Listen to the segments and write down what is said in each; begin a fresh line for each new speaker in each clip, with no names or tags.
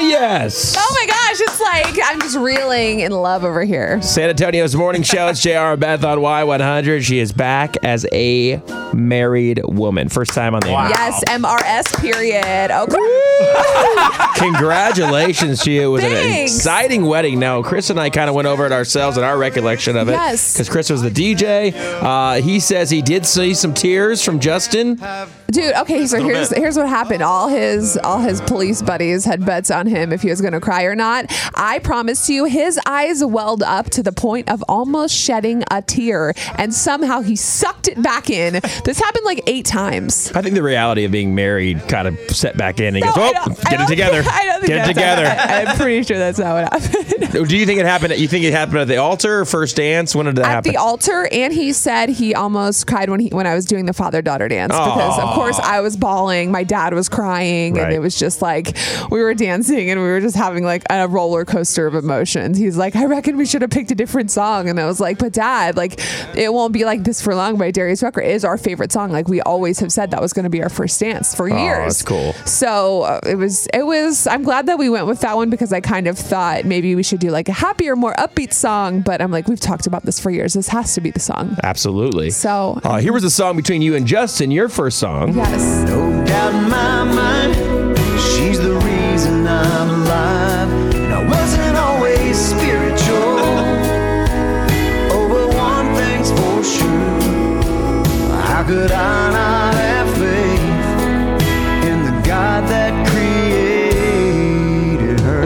Yes.
Oh my gosh, it's like I'm just reeling in love over here.
San Antonio's morning show. It's JR and Beth on Y100. She is back as a married woman. First time on the air.
Yes, MRS period. Okay.
Congratulations to you. It was an
Thanks.
exciting wedding. Now, Chris and I kind of went over it ourselves and our recollection of it.
Yes.
Because Chris was the DJ. Uh, he says he did see some tears from Justin.
Dude, okay, so here's
bit.
here's what happened. All his all his police buddies had bets on him if he was gonna cry or not. I promise you, his eyes welled up to the point of almost shedding a tear, and somehow he sucked it back in. This happened like eight times.
I think the reality of being married kind of set back in. He
No, I
goes, oh,
don't- I
get it
don't-
together.
I don't think
Get it
that's how
together.
that- I'm pretty sure that's how it happened.
Do you think it happened? At, you think it happened at the altar, or first dance? When did that
at
happen?
the altar, and he said he almost cried when he when I was doing the father daughter dance because of course I was bawling, my dad was crying,
Right.
and it was just like we were dancing and we were just having like a roller coaster of emotions. He's like, I reckon we should have picked a different song, and I was like, But dad, like it won't be like this for long. By Darius Rucker is our favorite song. Like we always have said that was going to be our first dance for years.
Oh, that's cool.
So uh, it was, it was, I'm glad that we went with that one because I kind of thought maybe we should do like a happier, more upbeat song. But I'm like, we've talked about this for years. This has to be the song.
Absolutely.
So,
Uh, here was a song between you and Justin, your first song.
yes.
No doubt in my mind, she's the reason I'm alive. And I wasn't always spiritual. oh, but one thing's for sure. How could I not have faith in the God that created her?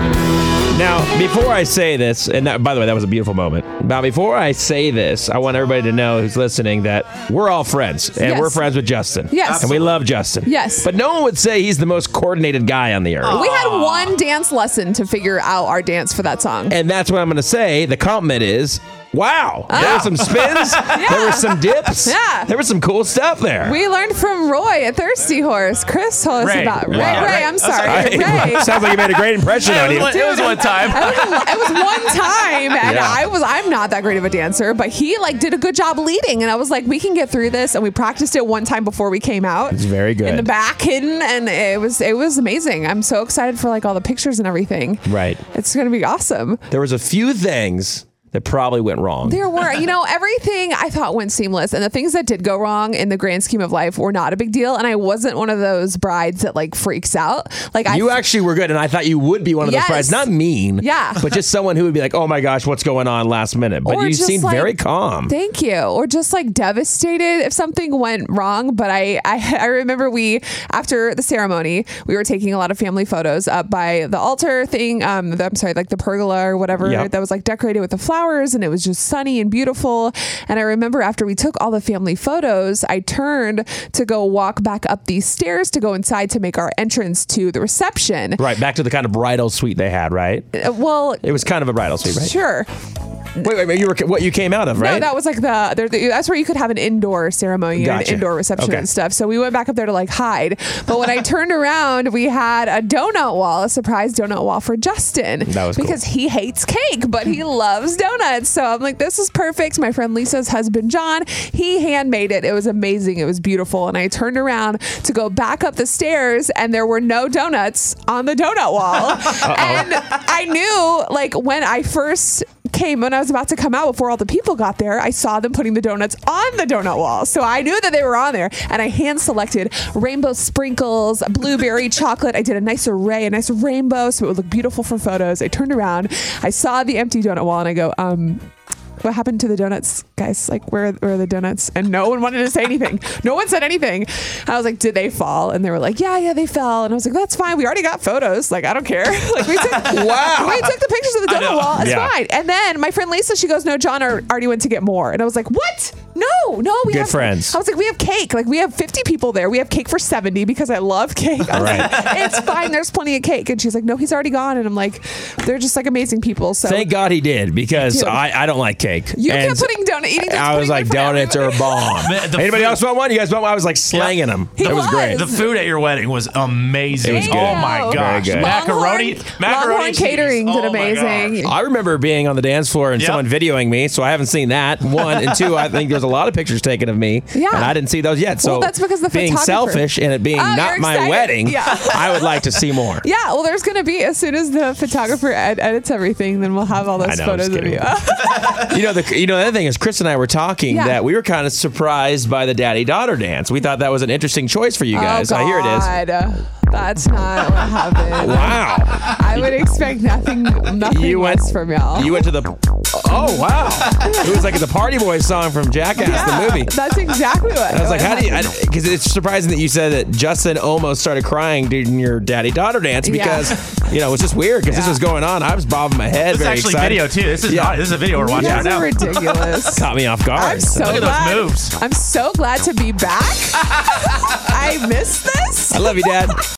Now, before I say this, and that, by the way, that was a beautiful moment. Now, before I say this, I want everybody to know who's listening that we're all friends, and
Yes.
we're friends with Justin.
Yes.
And we love Justin.
Yes.
But no one would say he's the most coordinated guy on the earth.
We had one dance lesson to figure out our dance for that song.
And that's what I'm going to say. The compliment is. Wow, there were some spins. There were some dips.
Oh. Yeah.
There was some cool stuff there.
We learned from Roy at Thirsty Horse. Chris told us
Ray.
about Ray.
Wow.
Ray, I'm sorry.
I-
Ray.
sounds like you made a great impression on
it,
you.
was, it was one time.
It was, it was one time, and
Yeah.
I was I'm not that great of a dancer, but he like did a good job leading, and I was like, we can get through this, and we practiced it one time before we came out.
It's very good.
in the back, hidden, and it was it was amazing. I'm so excited for like all the pictures and everything.
Right.
it's gonna be awesome.
There was a few things that probably went wrong.
There were, you know, everything I thought went seamless, and the things that did go wrong in the grand scheme of life were not a big deal. And I wasn't one of those brides that like freaks out. Like I
you actually were good, and I thought you would be one of
Yes.
those brides. Not mean,
Yeah.
but just someone who would be like, "Oh my gosh, what's going on?" Last minute, but
Or
you
just
seemed
like-
very calm.
Thank you. Or just like devastated if something went wrong. But I, I, I remember we, after the ceremony, we were taking a lot of family photos up by the altar thing. Um, the, I'm sorry, like the pergola or whatever
Yep.
that was like decorated with the flowers and it was just sunny and beautiful. And I remember after we took all the family photos, I turned to go walk back up these stairs to go inside to make our entrance to the reception.
right back to the kind of bridal suite they had. Right,
Uh, Well,
it was kind of a bridal suite, right?
sure.
Wait, wait, wait, you were what you came out of, right?
No, that was like the, there, that's where you could have an indoor ceremony and
Gotcha.
an indoor reception
Okay.
and stuff. So we went back up there to like hide. But when I turned around, we had a donut wall, a surprise donut wall for Justin.
That was cool.
because he hates cake, but he loves donuts. So I'm like, this is perfect. My friend Lisa's husband John, he handmade it. It was amazing. It was beautiful. And I turned around to go back up the stairs, and there were no donuts on the donut wall. and I knew, like, when I first came when I was about to come out before all the people got there, I saw them putting the donuts on the donut wall. So I knew that they were on there. And I hand selected rainbow sprinkles, blueberry chocolate. I did a nice array, a nice rainbow, so it would look beautiful for photos. I turned around, I saw the empty donut wall, and I go, um, what happened to the donuts, guys? Like, where, where are the donuts? And no one wanted to say anything. No one said anything. I was like, did they fall? And they were like, yeah, yeah, they fell. And I was like, that's fine. We already got photos. Like, I don't care. like, we took,
Wow.
we took the pictures of the donut wall. It's
Yeah.
fine. And then my friend Lisa, she goes, "No, John ar- already went to get more." And I was like, "What? No, no, we
Good
have
friends.
I was like, "We have cake. Like we have 50 people there. We have cake for 70 because I love cake." I was like, it's fine. There's plenty of cake. And she's like, "No, he's already gone." And I'm like, "They're just like amazing people." So
Thank God he did because
Dude.
I, I don't like cake.
you
And
kept putting donut eating. Donuts,
I was like,
putting them in
donuts are
front
a
of everybody."
bomb.
The- the
Anybody
food-
else want one? You guys want one? I was like slanging them.
He
it was, great.
The food at your wedding was amazing.
It was good.
Oh my
Thank
gosh.
you. Very good.
Macaroni,
Longhorn-
macaroni
Longhorn
cheese.
Catering did
Oh my
amazing.
gosh.
I remember being on the dance floor and
Yep.
someone videoing me, so I haven't seen that. One and two, I think there's a lot of pictures taken of me.
Yeah.
And I didn't see those yet. So
Well, that's because the
being
photographer-
selfish and it being
Oh,
not
you're
my
excited.
wedding,
Yeah.
I would like to see more.
Yeah, well, there's going to be as soon as the photographer ed- edits everything, then we'll have all
I
those
know, I'm
photos
just
of you.
kidding. You know, the you know the other thing is Chris and I were talking
Yeah.
that we were kind of surprised by the daddy daughter dance. We thought that was an interesting choice for you guys.
oh,
Uh, here it is.
God. That's not what happened.
Wow.
I would expect nothing, nothing
You went-
less from y'all.
You went to the Oh wow. it was like the Party Boys song from Jackass the movie.
That's exactly what
I was like, how do you? Because it's surprising that you said that Justin almost started crying during your daddy daughter dance
Yeah.
because, you know, it was just weird because this was going on. I was bobbing my head.
This is
very
actually
excited.
video too. This is
Yeah.
not, this is a video we're
You
watching
guys
right now.
are ridiculous.
Caught me off guard.
I'm so
Look at those
glad.
moves.
I'm so glad to be back. I missed this.
I love you, Dad.